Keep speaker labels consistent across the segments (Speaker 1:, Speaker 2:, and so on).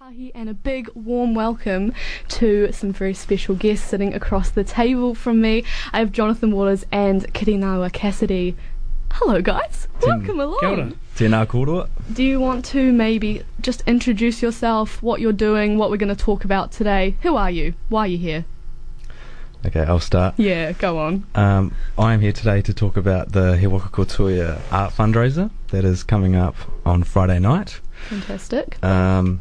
Speaker 1: Mahi and a big warm welcome to some very special guests sitting across the table from me. I have Jonathan Waters and Kirinawa Cassidy. Hello, guys. Welcome along.
Speaker 2: Kia ora.
Speaker 3: Oh. Tēnā kōrua.
Speaker 1: Do you want to maybe just introduce yourself, what you're doing, what we're going to talk about today? Who are you? Why are you here?
Speaker 3: Okay, I'll start.
Speaker 1: Yeah, go on.
Speaker 3: Um, I am here today to talk about the He Waka Kotuia art fundraiser that is coming up on Friday night.
Speaker 1: Fantastic.
Speaker 3: Um,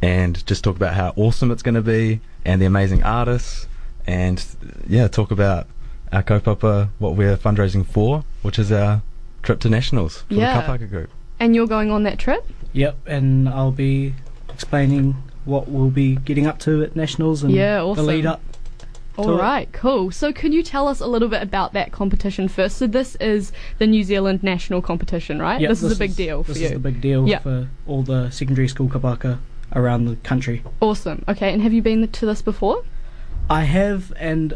Speaker 3: and just talk about how awesome it's going to be and the amazing artists. And yeah, talk about our kaupapa, what we're fundraising for, which is our trip to nationals for
Speaker 1: Yeah.
Speaker 3: the Kapaka group.
Speaker 1: And you're going on that trip?
Speaker 2: Yep, and I'll be explaining what we'll be getting up to at nationals and
Speaker 1: Yeah, awesome.
Speaker 2: the lead up.
Speaker 1: All
Speaker 2: Tell-
Speaker 1: right, cool. So, can you tell us a little bit about that competition first? So, this is the New Zealand national competition, right?
Speaker 2: Yep,
Speaker 1: this, is a big deal for
Speaker 2: This
Speaker 1: you.
Speaker 2: is the big deal
Speaker 1: Yeah.
Speaker 2: for all the secondary school kabaka around the country.
Speaker 1: Awesome. Okay, and have you been to this before?
Speaker 2: I have, and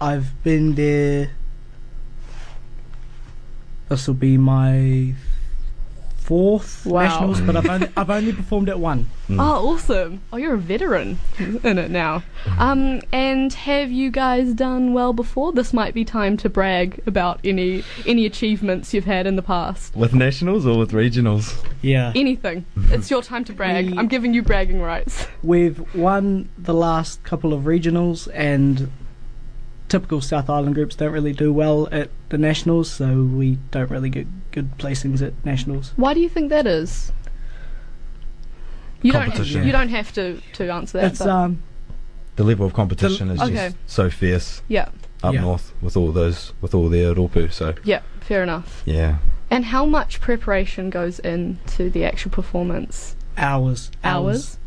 Speaker 2: I've been there. This will be my fourth
Speaker 1: Wow.
Speaker 2: nationals, but I've only, I've only performed at one.
Speaker 1: Oh, awesome. Oh, you're a veteran in it now. Um, and have you guys done well before? This might be time to brag about any any achievements you've had in the past.
Speaker 3: With nationals or with regionals?
Speaker 2: Yeah,
Speaker 1: Anything. It's your time to brag.
Speaker 2: We-
Speaker 1: I'm giving you bragging rights.
Speaker 2: We've won the last couple of regionals, and typical South Island groups don't really do well at the nationals, so we don't really get good placings at nationals.
Speaker 1: Why do you think that is? You don't have,
Speaker 3: Competition.
Speaker 1: you don't have to, to answer that.
Speaker 2: It's
Speaker 1: but-
Speaker 2: um,
Speaker 3: The level of competition is
Speaker 1: Okay.
Speaker 3: just so fierce
Speaker 1: yeah,
Speaker 3: up
Speaker 2: Yeah.
Speaker 3: north with all those, with all their ropu. So
Speaker 1: yeah, fair enough.
Speaker 3: yeah,
Speaker 1: And how much preparation goes into the actual performance?
Speaker 2: hours,
Speaker 1: Hours?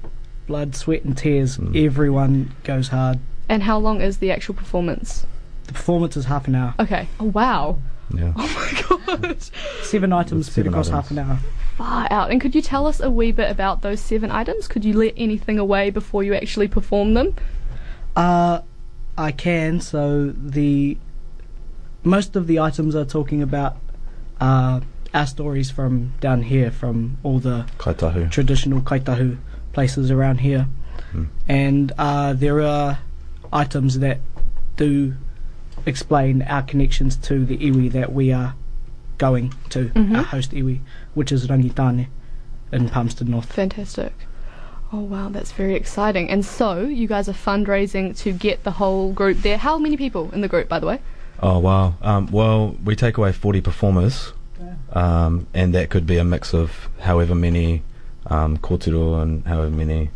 Speaker 2: blood, sweat, and tears.
Speaker 3: Hmm.
Speaker 2: Everyone goes hard.
Speaker 1: And how long is the actual performance?
Speaker 2: The performance is half an hour.
Speaker 1: Okay. Oh, wow.
Speaker 3: yeah.
Speaker 1: Oh my god.
Speaker 2: Seven items
Speaker 3: seven
Speaker 2: spread across
Speaker 3: items.
Speaker 2: half an hour.
Speaker 1: Far out. And could you tell us a wee bit about those seven items? Could you let anything away before you actually perform them?
Speaker 2: Uh, I can. So the most of the items are talking about uh, our stories from down here, from all the
Speaker 3: Kaitahu.
Speaker 2: traditional kaitahu places around here. And uh, there are items that do explain our connections to the iwi that we are going to,
Speaker 1: Mm-hmm.
Speaker 2: our host iwi, which is Rangitane in Palmerston North.
Speaker 1: Fantastic. Oh wow, that's very exciting. And so you guys are fundraising to get the whole group there. How many people in the group, by the way?
Speaker 3: Oh wow! Um, well, we take away forty performers, um, and that could be a mix of however many um, kōtero and however many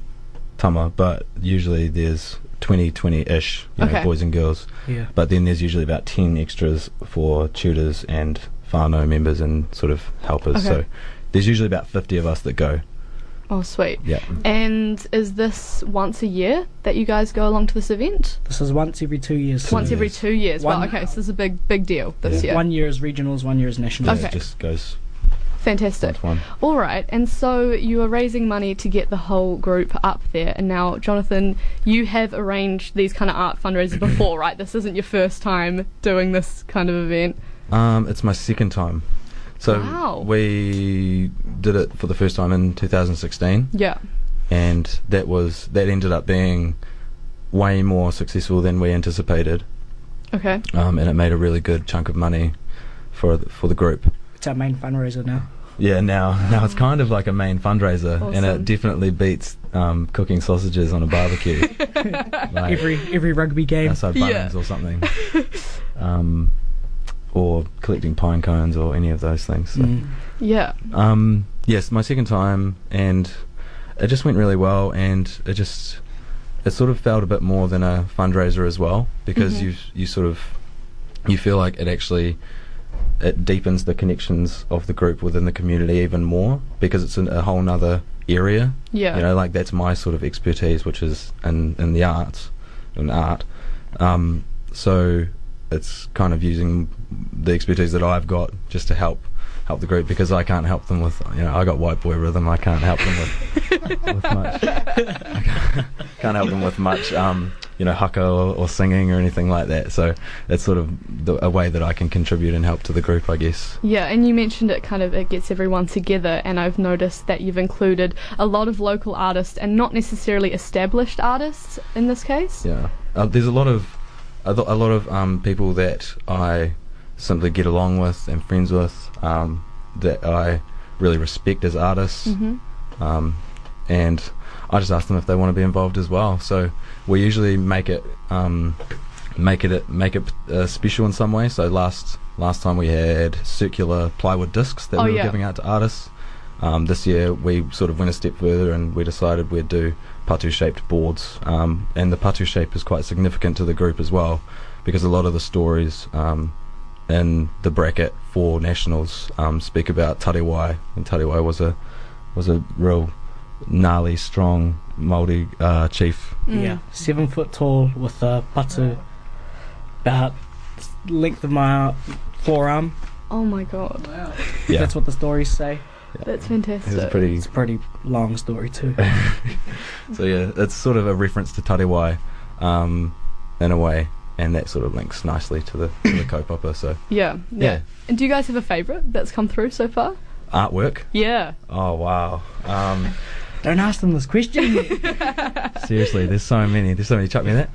Speaker 3: tama. But usually there's 20 20 ish, you know,
Speaker 1: Okay.
Speaker 3: boys and girls.
Speaker 2: Yeah.
Speaker 3: But then there's usually about ten extras for tutors and whānau members and sort of helpers.
Speaker 1: Okay.
Speaker 3: So there's usually about fifty of us that go.
Speaker 1: Oh sweet.
Speaker 3: Yeah.
Speaker 1: And is this once a year that you guys go along to this event?
Speaker 2: This is once every two years.
Speaker 1: Once every two years. Wow,
Speaker 2: One-
Speaker 1: okay, so this is a big big deal this year.
Speaker 2: One year is regionals, one year is
Speaker 3: Yeah,
Speaker 2: nationals.
Speaker 3: It
Speaker 1: Okay.
Speaker 3: just goes
Speaker 1: Fantastic.
Speaker 3: with one.
Speaker 1: All right, and so you are raising money to get the whole group up there. And now, Jonathan, you have arranged these kind of art fundraisers before, right? This isn't your first time doing this kind of event.
Speaker 3: Um, it's my second time. So
Speaker 1: Wow.
Speaker 3: we did it for the first time in 2016,
Speaker 1: Yeah.
Speaker 3: and that was that ended up being way more successful than we anticipated,
Speaker 1: Okay.
Speaker 3: um, and it made a really good chunk of money for the, for the group.
Speaker 2: It's our main fundraiser now.
Speaker 3: Yeah, now now it's kind of like a main fundraiser, and
Speaker 1: Awesome.
Speaker 3: it definitely beats um, cooking sausages on a barbecue, like
Speaker 2: Every every rugby game.
Speaker 3: outside
Speaker 1: Yeah.
Speaker 3: bunnings or something, um, or collecting pine cones or any of those things. So.
Speaker 2: Mm.
Speaker 1: Yeah.
Speaker 3: Um, yes, my second time, and it just went really well, and it just it sort of felt a bit more than a fundraiser as well because you you sort of you feel like it actually it deepens the connections of the group within the community even more because it's in a whole nother area.
Speaker 1: Yeah.
Speaker 3: You know, like that's my sort of expertise, which is in in the arts, in art. Um, so it's kind of using the expertise that I've got just to help help the group because I can't help them with you know I got white boy rhythm I can't help them with with much I can't, can't help them with much um, you know haka or, or singing or anything like that. So that's sort of the, a way that I can contribute and help to the group, I guess.
Speaker 1: Yeah, and you mentioned it kind of it gets everyone together, and I've noticed that you've included a lot of local artists and not necessarily established artists in this case.
Speaker 3: Yeah, uh, there's a lot of a, lo- a lot of um, people that I simply get along with and friends with um, that I really respect as artists,
Speaker 1: hmm
Speaker 3: um, and I just ask them if they want to be involved as well. So we usually make it um, make it make it uh, special in some way. So last last time we had circular plywood discs that
Speaker 1: Oh,
Speaker 3: we were
Speaker 1: yeah.
Speaker 3: giving out to artists. Um, this year we sort of went a step further and we decided we'd do patu shaped boards. Um, and the patu shape is quite significant to the group as well because a lot of the stories um, in the bracket for nationals um, speak about Tarewai, and Tarewai was a was a real gnarly, strong Maori uh, chief.
Speaker 1: Mm.
Speaker 2: Yeah, seven foot tall with a patu about length of my forearm.
Speaker 1: Oh my god,
Speaker 3: Yeah,
Speaker 2: That's what the stories say.
Speaker 1: that's
Speaker 3: it was
Speaker 1: fantastic.
Speaker 3: pretty.
Speaker 2: It's a pretty long story too.
Speaker 3: So yeah, it's sort of a reference to Tarewai, um, in a way, and that sort of links nicely to the to the kaupapa. So
Speaker 1: Yeah, yeah,
Speaker 3: yeah,
Speaker 1: And do you guys have a favourite that's come through so far?
Speaker 3: artwork.
Speaker 1: Yeah.
Speaker 3: Oh wow. Um,
Speaker 2: Don't ask them this question.
Speaker 3: seriously, there's so many. There's so many. Chuck me that.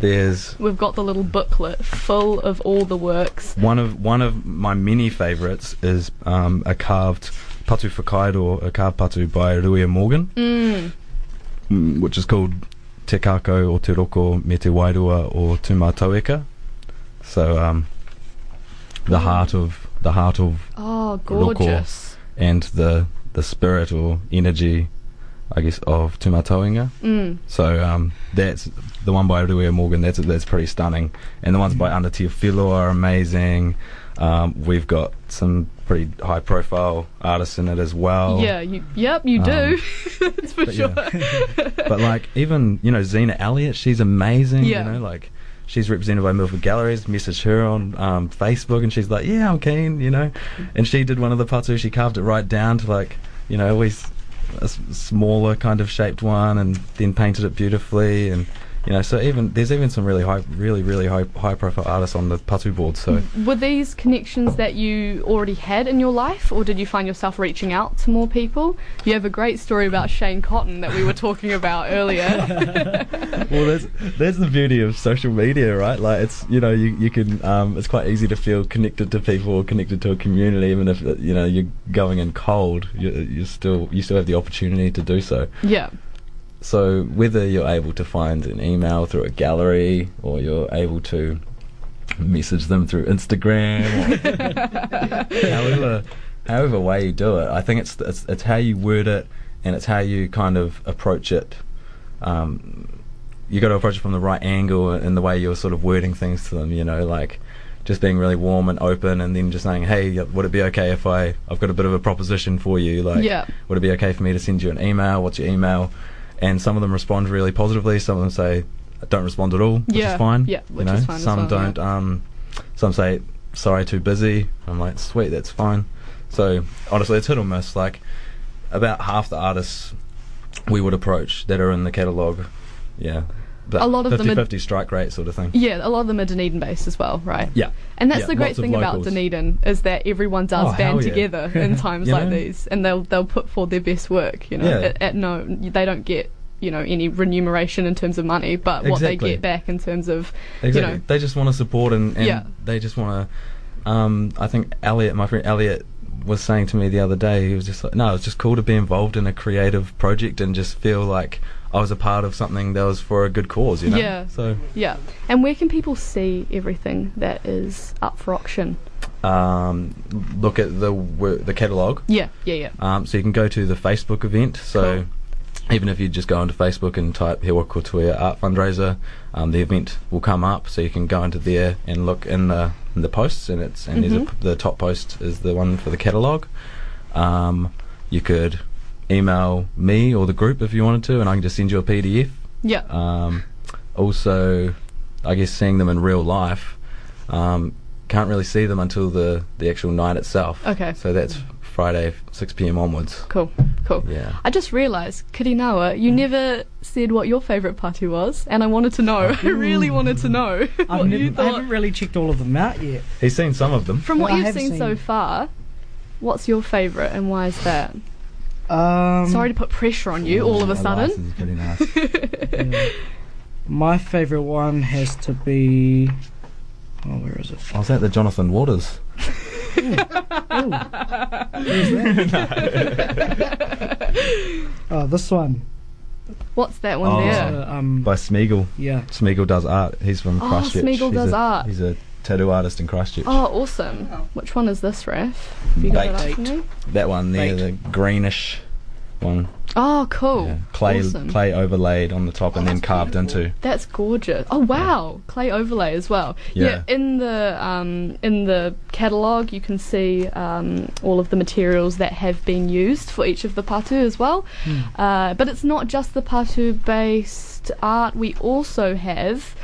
Speaker 3: There's
Speaker 1: We've got the little booklet full of all the works.
Speaker 3: One of one of my many favourites is um, a carved patu whakairo, a carved patu by Ruia Morgan,
Speaker 1: Mm.
Speaker 3: mm, which is called Te Kako or Te Roko Me Te Wairua or Tuma Taueka. So um, the heart of the heart of
Speaker 1: Oh, gorgeous.
Speaker 3: and the the spirit or energy, I guess, of Tuma Tauinga.
Speaker 1: Mm.
Speaker 3: So um, that's the one by Ruia Morgan. That's that's pretty stunning, and the ones by Undertea Philo are amazing. Um, we've got some pretty high profile artists in it as well.
Speaker 1: Yeah. You, yep. You do. that's for
Speaker 3: Oh. Um, but
Speaker 1: sure.
Speaker 3: yeah. But like even you know Zena Elliott, she's amazing.
Speaker 1: Yeah.
Speaker 3: You know like. She's represented by Milford Galleries. Message her on um, Facebook, and she's like, "Yeah, I'm keen," you know. And she did one of the patu. She carved it right down to like, you know, always a s- smaller kind of shaped one, and then painted it beautifully. And you know, so even there's even some really high, really really high high profile artists on the patu board. So
Speaker 1: Were these connections that you already had in your life, or did you find yourself reaching out to more people? You have a great story about Shane Cotton that we were talking about earlier.
Speaker 3: well, that's that's the beauty of social media, right? Like it's you know you you can um, it's quite easy to feel connected to people or connected to a community, even if uh, you know you're going in cold. You you still you still have the opportunity to do so.
Speaker 1: yeah.
Speaker 3: So whether you're able to find an email through a gallery or you're able to message them through Instagram, or however however way you do it, I think it's it's it's how you word it and it's how you kind of approach it. Um, you got to approach it from the right angle and the way you're sort of wording things to them. You know, like just being really warm and open, and then just saying, "Hey, would it be okay if I I've got a bit of a proposition for you? Like,
Speaker 1: Yeah.
Speaker 3: would it be okay for me to send you an email? What's your email?" And some of them respond really positively. Some of them say, "I "Don't respond at all," which
Speaker 1: Yeah.
Speaker 3: is fine.
Speaker 1: Yeah,
Speaker 3: you
Speaker 1: which
Speaker 3: know?
Speaker 1: is fine as well,
Speaker 3: Some
Speaker 1: yeah.
Speaker 3: don't. Um, some say, "Sorry, too busy." I'm like, "Sweet, that's fine." So honestly, it's hit or miss. Like about half the artists we would approach that are in the catalogue. Yeah. But
Speaker 1: A lot of them are-
Speaker 3: 50 50 strike rate sort of thing.
Speaker 1: Yeah, a lot of them are Dunedin based as well, right?
Speaker 3: Yeah.
Speaker 1: And that's
Speaker 3: Yeah,
Speaker 1: the great
Speaker 3: lots of
Speaker 1: thing about
Speaker 3: locals.
Speaker 1: Dunedin is that everyone does
Speaker 3: Oh,
Speaker 1: band
Speaker 3: hell yeah.
Speaker 1: together in times
Speaker 3: You
Speaker 1: like
Speaker 3: know?
Speaker 1: these, and they'll they'll put forth their best work. You know,
Speaker 3: Yeah.
Speaker 1: at, at no, they don't get you know any remuneration in terms of money, but what they
Speaker 3: Exactly.
Speaker 1: get back in terms of
Speaker 3: Exactly.
Speaker 1: you know,
Speaker 3: they just want to support and, and
Speaker 1: Yeah.
Speaker 3: they just want to. Um, I think Elliot, my friend Elliot, was saying to me the other day, he was just like, no, it's just cool to be involved in a creative project and just feel like I was a part of something that was for a good cause, you know?
Speaker 1: Yeah.
Speaker 3: So.
Speaker 1: yeah. And where can people see everything that is up for auction?
Speaker 3: Um, look at the wor- the catalogue
Speaker 1: Yeah, yeah, yeah.
Speaker 3: Um, so you can go to the Facebook event. So even if you just go onto Facebook and type Hewa Kotuia Art Fundraiser, um, the event will come up. So you can go into there and look in the in the posts, and it's and there's a,
Speaker 1: Mhm.
Speaker 3: the top post is the one for the catalogue. Um, you could email me or the group if you wanted to, and I can just send you a PDF.
Speaker 1: Yeah.
Speaker 3: Um, also, I guess seeing them in real life, um, can't really see them until the, the actual night itself.
Speaker 1: Okay.
Speaker 3: So that's Friday, 6 p.m. onwards.
Speaker 1: Cool, cool.
Speaker 3: Yeah.
Speaker 1: I just realised, Kirinawa, you never said what your favourite party was, and I wanted to know. I really wanted to know
Speaker 2: I've
Speaker 1: what you
Speaker 2: never, I
Speaker 1: thought.
Speaker 2: haven't really checked all of them out yet.
Speaker 3: He's seen some of them.
Speaker 1: From what
Speaker 2: I
Speaker 1: you've
Speaker 2: have
Speaker 1: seen, so
Speaker 2: seen-
Speaker 1: far, what's your favourite and why is that?
Speaker 2: Um,
Speaker 1: Sorry to put pressure on you all of a
Speaker 3: Mm, My
Speaker 1: sudden.
Speaker 3: license is getting asked.
Speaker 2: yeah. My favourite one has to be. Oh, where is it?
Speaker 3: I was at the Jonathan Waters.
Speaker 2: Where's that? oh, this one.
Speaker 1: What's that one
Speaker 3: Oh.
Speaker 1: there?
Speaker 2: Uh, um,
Speaker 3: By Smeagol.
Speaker 2: yeah.
Speaker 3: Smeagol does art. He's from
Speaker 1: Oh,
Speaker 3: Christchurch.
Speaker 1: Smeagol
Speaker 3: He's
Speaker 1: does
Speaker 3: a-
Speaker 1: art.
Speaker 3: He's a tattoo artist in Christchurch.
Speaker 1: Oh, awesome. Which one is this, Raf? Have you got it up
Speaker 2: Bait.
Speaker 1: for me?
Speaker 3: That one there,
Speaker 2: Right.
Speaker 3: the greenish one.
Speaker 1: Oh, cool.
Speaker 3: Yeah. Clay
Speaker 1: Awesome. Oh,
Speaker 3: clay overlaid on the top and then carved into.
Speaker 1: That's gorgeous. Oh wow, clay overlay as well.
Speaker 3: Yeah.
Speaker 1: in the um, in the catalog you can see um, all of the materials that have been used for each of the patu as well.
Speaker 3: Hmm.
Speaker 1: Uh, but it's not just the patu based art. We also have.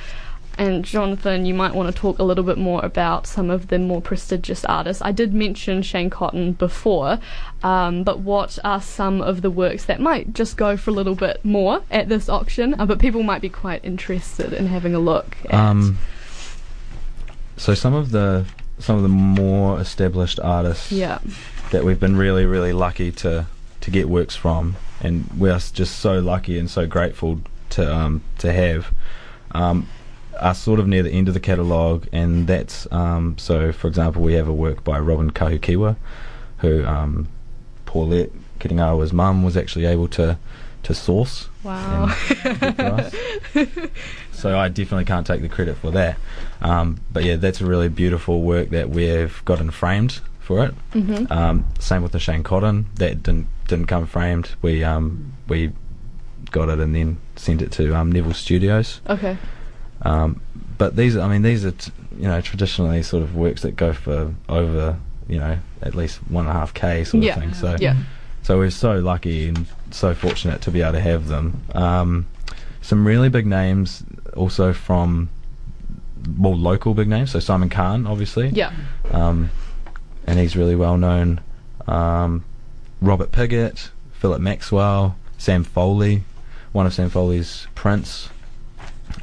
Speaker 1: And Jonathan, you might want to talk a little bit more about some of the more prestigious artists. I did mention Shane Cotton before, um, but what are some of the works that might just go for a little bit more at this auction? Uh, but people might be quite interested in having a look. At.
Speaker 3: Um, so some of the some of the more established artists
Speaker 1: yeah.
Speaker 3: that we've been really really lucky to to get works from, and we are s- just so lucky and so grateful to um, to have. Um, are sort of near the end of the catalogue, and that's um, so. For example, we have a work by Robin Kahukiwa, who um, Paulette Kiringawa's mum was actually able to to source
Speaker 1: Wow.
Speaker 3: for us. so I definitely can't take the credit for that. Um, but yeah, that's a really beautiful work that we've gotten framed for it.
Speaker 1: hmm
Speaker 3: Um, same with the Shane Cotton that didn't didn't come framed. We um, we got it and then sent it to um, Neville Studios.
Speaker 1: Okay.
Speaker 3: Um, but these, I mean, these are t- you know traditionally sort of works that go for over you know at least one and a half k sort
Speaker 1: Yeah.
Speaker 3: of thing. So
Speaker 1: Yeah.
Speaker 3: so we're so lucky and so fortunate to be able to have them. Um, some really big names also from more local big names. So Simon Khan, obviously.
Speaker 1: Yeah.
Speaker 3: Um, and he's really well known. Um, Robert Piggott, Philip Maxwell, Sam Foley, one of Sam Foley's prints.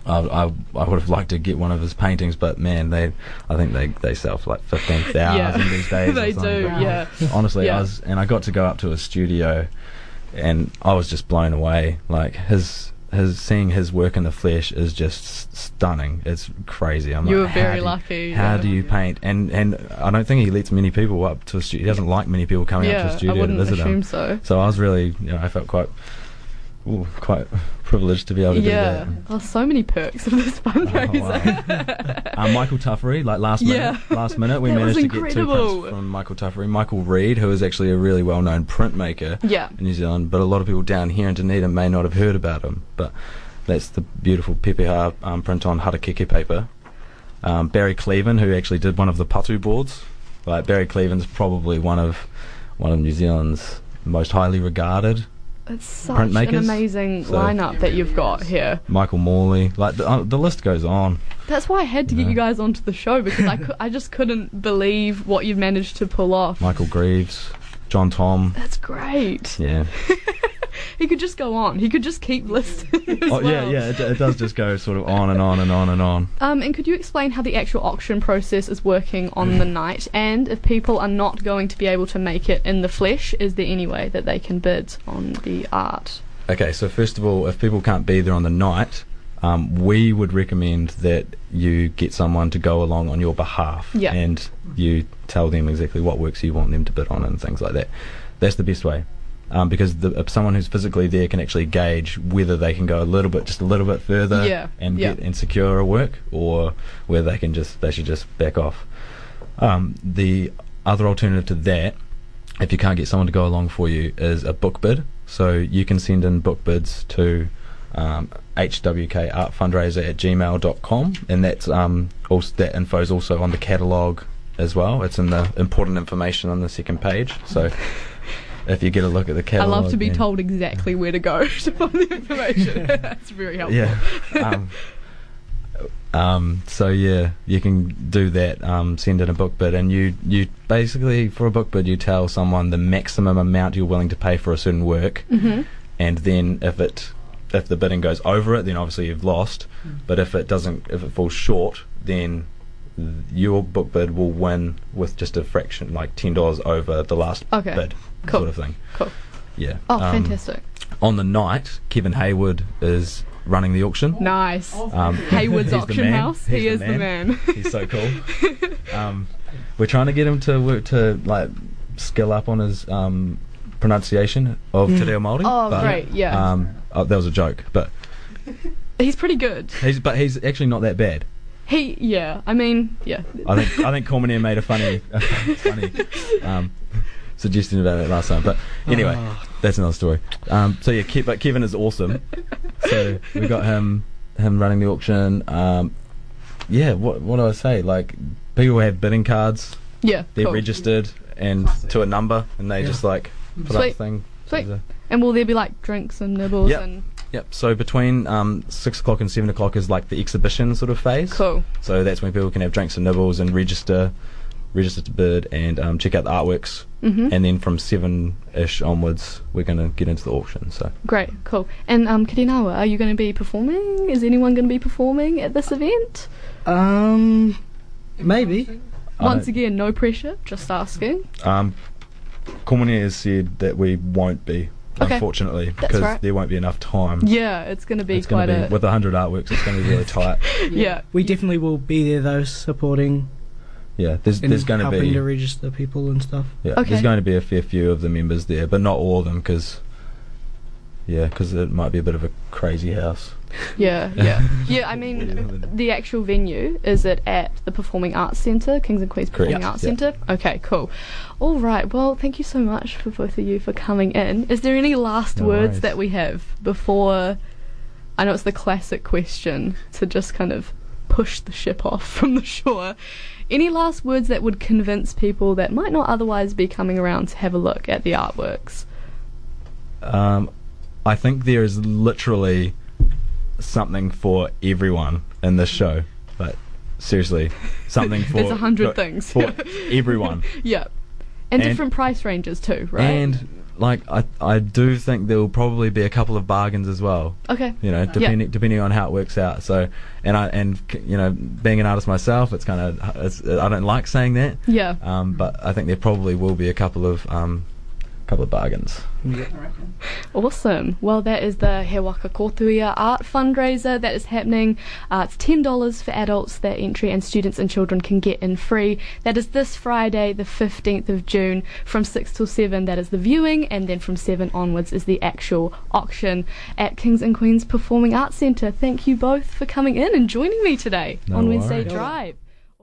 Speaker 3: I, I, I would have liked to get one of his paintings, but man, they I think they, they sell for like fifteen thousand
Speaker 1: Yeah.
Speaker 3: these days. or
Speaker 1: they
Speaker 3: something.
Speaker 1: do.
Speaker 2: Wow.
Speaker 1: Yeah.
Speaker 3: Honestly,
Speaker 1: Yeah.
Speaker 3: I was, and I got to go up to his studio, and I was just blown away. Like his his seeing his work in the flesh is just s- stunning. It's crazy. I'm
Speaker 1: You
Speaker 3: like,
Speaker 1: were
Speaker 3: "How
Speaker 1: very
Speaker 3: do-
Speaker 1: lucky,
Speaker 3: How
Speaker 1: yeah."
Speaker 3: do you paint? And and I don't think he lets many people up to his studio. He doesn't like many people coming up to
Speaker 1: yeah.
Speaker 3: his studio
Speaker 1: I wouldn't
Speaker 3: to visit
Speaker 1: assume
Speaker 3: him.
Speaker 1: so.
Speaker 3: So I was really, you know, I felt quite. ooh, quite privileged to be Oh, able to
Speaker 1: Yeah.
Speaker 3: do that.
Speaker 1: Oh, so many perks of this fundraiser.
Speaker 3: Uh, Michael Tuffery, like last minute,
Speaker 1: Yeah.
Speaker 3: last minute, we
Speaker 1: That was
Speaker 3: managed to get two
Speaker 1: incredible.
Speaker 3: prints from Michael Tuffery. Michael Reed, who is actually a really well-known printmaker,
Speaker 1: yeah.
Speaker 3: in New Zealand, but a lot of people down here in Dunedin may not have heard about him. But that's the beautiful PPH um, print on Harakeke paper. Um, Barry Cleven, who actually did one of the Patu boards, like Barry Cleven's probably one of one of New Zealand's most highly regarded.
Speaker 1: It's such an
Speaker 3: Printmakers.
Speaker 1: amazing
Speaker 3: So-
Speaker 1: lineup that you've got here.
Speaker 3: Michael Morley, like the, uh, the list goes on.
Speaker 1: That's why I had to get
Speaker 3: Yeah.
Speaker 1: you guys onto the show because I, cou- I just couldn't believe what you've managed to pull off.
Speaker 3: Michael Greaves, John Tom,
Speaker 1: That's great.
Speaker 3: yeah,
Speaker 1: He could just go on. He could just keep listing. as
Speaker 3: oh yeah,
Speaker 1: well.
Speaker 3: yeah. It, it does just go sort of on and on and on and on.
Speaker 1: Um, and could you explain how the actual auction process is working on the
Speaker 3: Mm.
Speaker 1: night? And if people are not going to be able to make it in the flesh, is there any way that they can bid on the art?
Speaker 3: Okay, so first of all, if people can't be there on the night, um, we would recommend that you get someone to go along on your behalf
Speaker 1: Yeah.
Speaker 3: and you tell them exactly what works you want them to bid on and things like that. That's the best way. Um, because the, if someone who's physically there can actually gauge whether they can go a little bit, just a little bit further,
Speaker 1: Yeah,
Speaker 3: and
Speaker 1: yeah.
Speaker 3: get and secure a work, or whether they can just they should just back off. Um, the other alternative to that, if you can't get someone to go along for you, is a book bid. So you can send in book bids to um, hwkartfundraiser at gmail.com, and that's um, also, that info is also on the catalogue as well. It's in the important information on the second page. So if you get a look at the
Speaker 1: I
Speaker 3: catalogue,
Speaker 1: love to be
Speaker 3: then-
Speaker 1: told exactly where to go to find the information. That's very helpful.
Speaker 3: Yeah. Um, Um, so yeah, you can do that. Um, send in a book bid, and you you basically for a book bid you tell someone the maximum amount you're willing to pay for a certain work,
Speaker 1: hmm
Speaker 3: and then if it if the bidding goes over it, then obviously you've lost.
Speaker 1: Hmm.
Speaker 2: Mm.
Speaker 3: But if it doesn't, if it falls short, then your book bid will win with just a fraction, like ten dollars over the last
Speaker 1: Okay.
Speaker 3: bid,
Speaker 1: Cool.
Speaker 3: sort of thing.
Speaker 1: Cool.
Speaker 3: Yeah.
Speaker 1: Oh,
Speaker 3: Um,
Speaker 1: fantastic.
Speaker 3: On the night, Kevin Hayward is running the auction.
Speaker 1: Nice.
Speaker 3: Um,
Speaker 1: Oh, Hayward's
Speaker 3: he's the
Speaker 1: auction
Speaker 3: man.
Speaker 1: house.
Speaker 3: He's
Speaker 1: he is the man.
Speaker 3: He's so cool. um, we're trying to get him to work to like skill up on his um, pronunciation of
Speaker 2: Mm.
Speaker 3: Te Reo Māori.
Speaker 1: Oh,
Speaker 3: but,
Speaker 1: great, yeah.
Speaker 3: Um, oh, that was a joke, but
Speaker 1: he's pretty good.
Speaker 3: he's but he's actually not that bad.
Speaker 1: He, yeah. I mean, yeah.
Speaker 3: I think I think Cormier made a funny a funny um, suggestion about it last time, but anyway,
Speaker 2: Ah.
Speaker 3: that's another story. Um, so yeah, Kev, but Kevin is awesome. So we got him him running the auction. Um, yeah, what what do I say? Like people have bidding cards.
Speaker 1: Yeah.
Speaker 3: they're
Speaker 1: cool.
Speaker 3: registered and
Speaker 4: Classic.
Speaker 3: to a number, and they
Speaker 2: Yeah.
Speaker 3: just like put up a
Speaker 1: Sweet.
Speaker 3: thing.
Speaker 1: Sweet. And will there be like drinks and nibbles
Speaker 3: Yep.
Speaker 1: and
Speaker 3: Yep. So between um, six o'clock and seven o'clock is like the exhibition sort of phase.
Speaker 1: cool?
Speaker 3: So that's when people can have drinks and nibbles and register, register to bid and um, check out the artworks.
Speaker 1: hmm
Speaker 3: And then from seven ish onwards, we're gonna get into the auction. So
Speaker 1: Great, cool. And um, Kirinawa, are you going to be performing? Is anyone going to be performing at this event?
Speaker 2: Um, maybe.
Speaker 3: I
Speaker 1: Once
Speaker 3: don't-
Speaker 1: again, no pressure. Just asking.
Speaker 3: um, Cormier has said that we won't be,
Speaker 1: Okay.
Speaker 3: unfortunately,
Speaker 1: That's
Speaker 3: because
Speaker 1: right.
Speaker 3: there won't be enough time.
Speaker 1: Yeah, it's going to be
Speaker 3: Mm. it's
Speaker 1: quite
Speaker 3: gonna be
Speaker 1: a
Speaker 3: with a hundred artworks. It's gonna be really tight.
Speaker 1: yeah.
Speaker 2: We definitely will be there though, supporting
Speaker 3: Yeah, there's
Speaker 2: and
Speaker 3: there's gonna
Speaker 2: helping
Speaker 3: be
Speaker 2: to register people and stuff.
Speaker 3: Yeah,
Speaker 1: Okay.
Speaker 3: there's going to be a fair few of the members there, but not all of them because, yeah, because it might be a bit of a crazy house.
Speaker 1: Yeah, yeah, yeah. I mean, the actual venue is it at the Performing Arts Centre, Kings and Queens Performing
Speaker 3: Correct,
Speaker 1: Arts
Speaker 3: yeah.
Speaker 1: Centre? Okay, cool. All right. Well, thank you so much for both of you for coming in. Is there any last
Speaker 3: No
Speaker 1: words
Speaker 3: worries.
Speaker 1: that we have before? I know it's the classic question to just kind of push the ship off from the shore. Any last words that would convince people that might not otherwise be coming around to have a look at the artworks?
Speaker 3: Um, I think there is literally something for everyone in this show. Like seriously, something for
Speaker 1: There's a hundred
Speaker 3: for-
Speaker 1: things.
Speaker 3: for everyone.
Speaker 1: Yeah. And,
Speaker 3: And-
Speaker 1: different price ranges too, right?
Speaker 3: And like I, I do think there will probably be a couple of bargains as well.
Speaker 1: okay.
Speaker 3: you know, depending depending on how it works out. So, and I and c- you know, being an artist myself, it's kind of it's, I don't like saying that,
Speaker 1: Yeah.
Speaker 3: um, but I think there probably will be a couple of um, couple of bargains.
Speaker 1: Awesome. Well, that is the He Waka Kotuia Art Fundraiser that is happening. Uh, it's $10 for adults. That entry and students and children can get in free. That is this Friday, the 15th of June, from 6 till 7. That is the viewing, and then from 7 onwards is the actual auction at Kings and Queens Performing Arts Centre. Thank you both for coming in and joining me today
Speaker 3: No
Speaker 1: on Wednesday
Speaker 3: worries.
Speaker 1: Drive.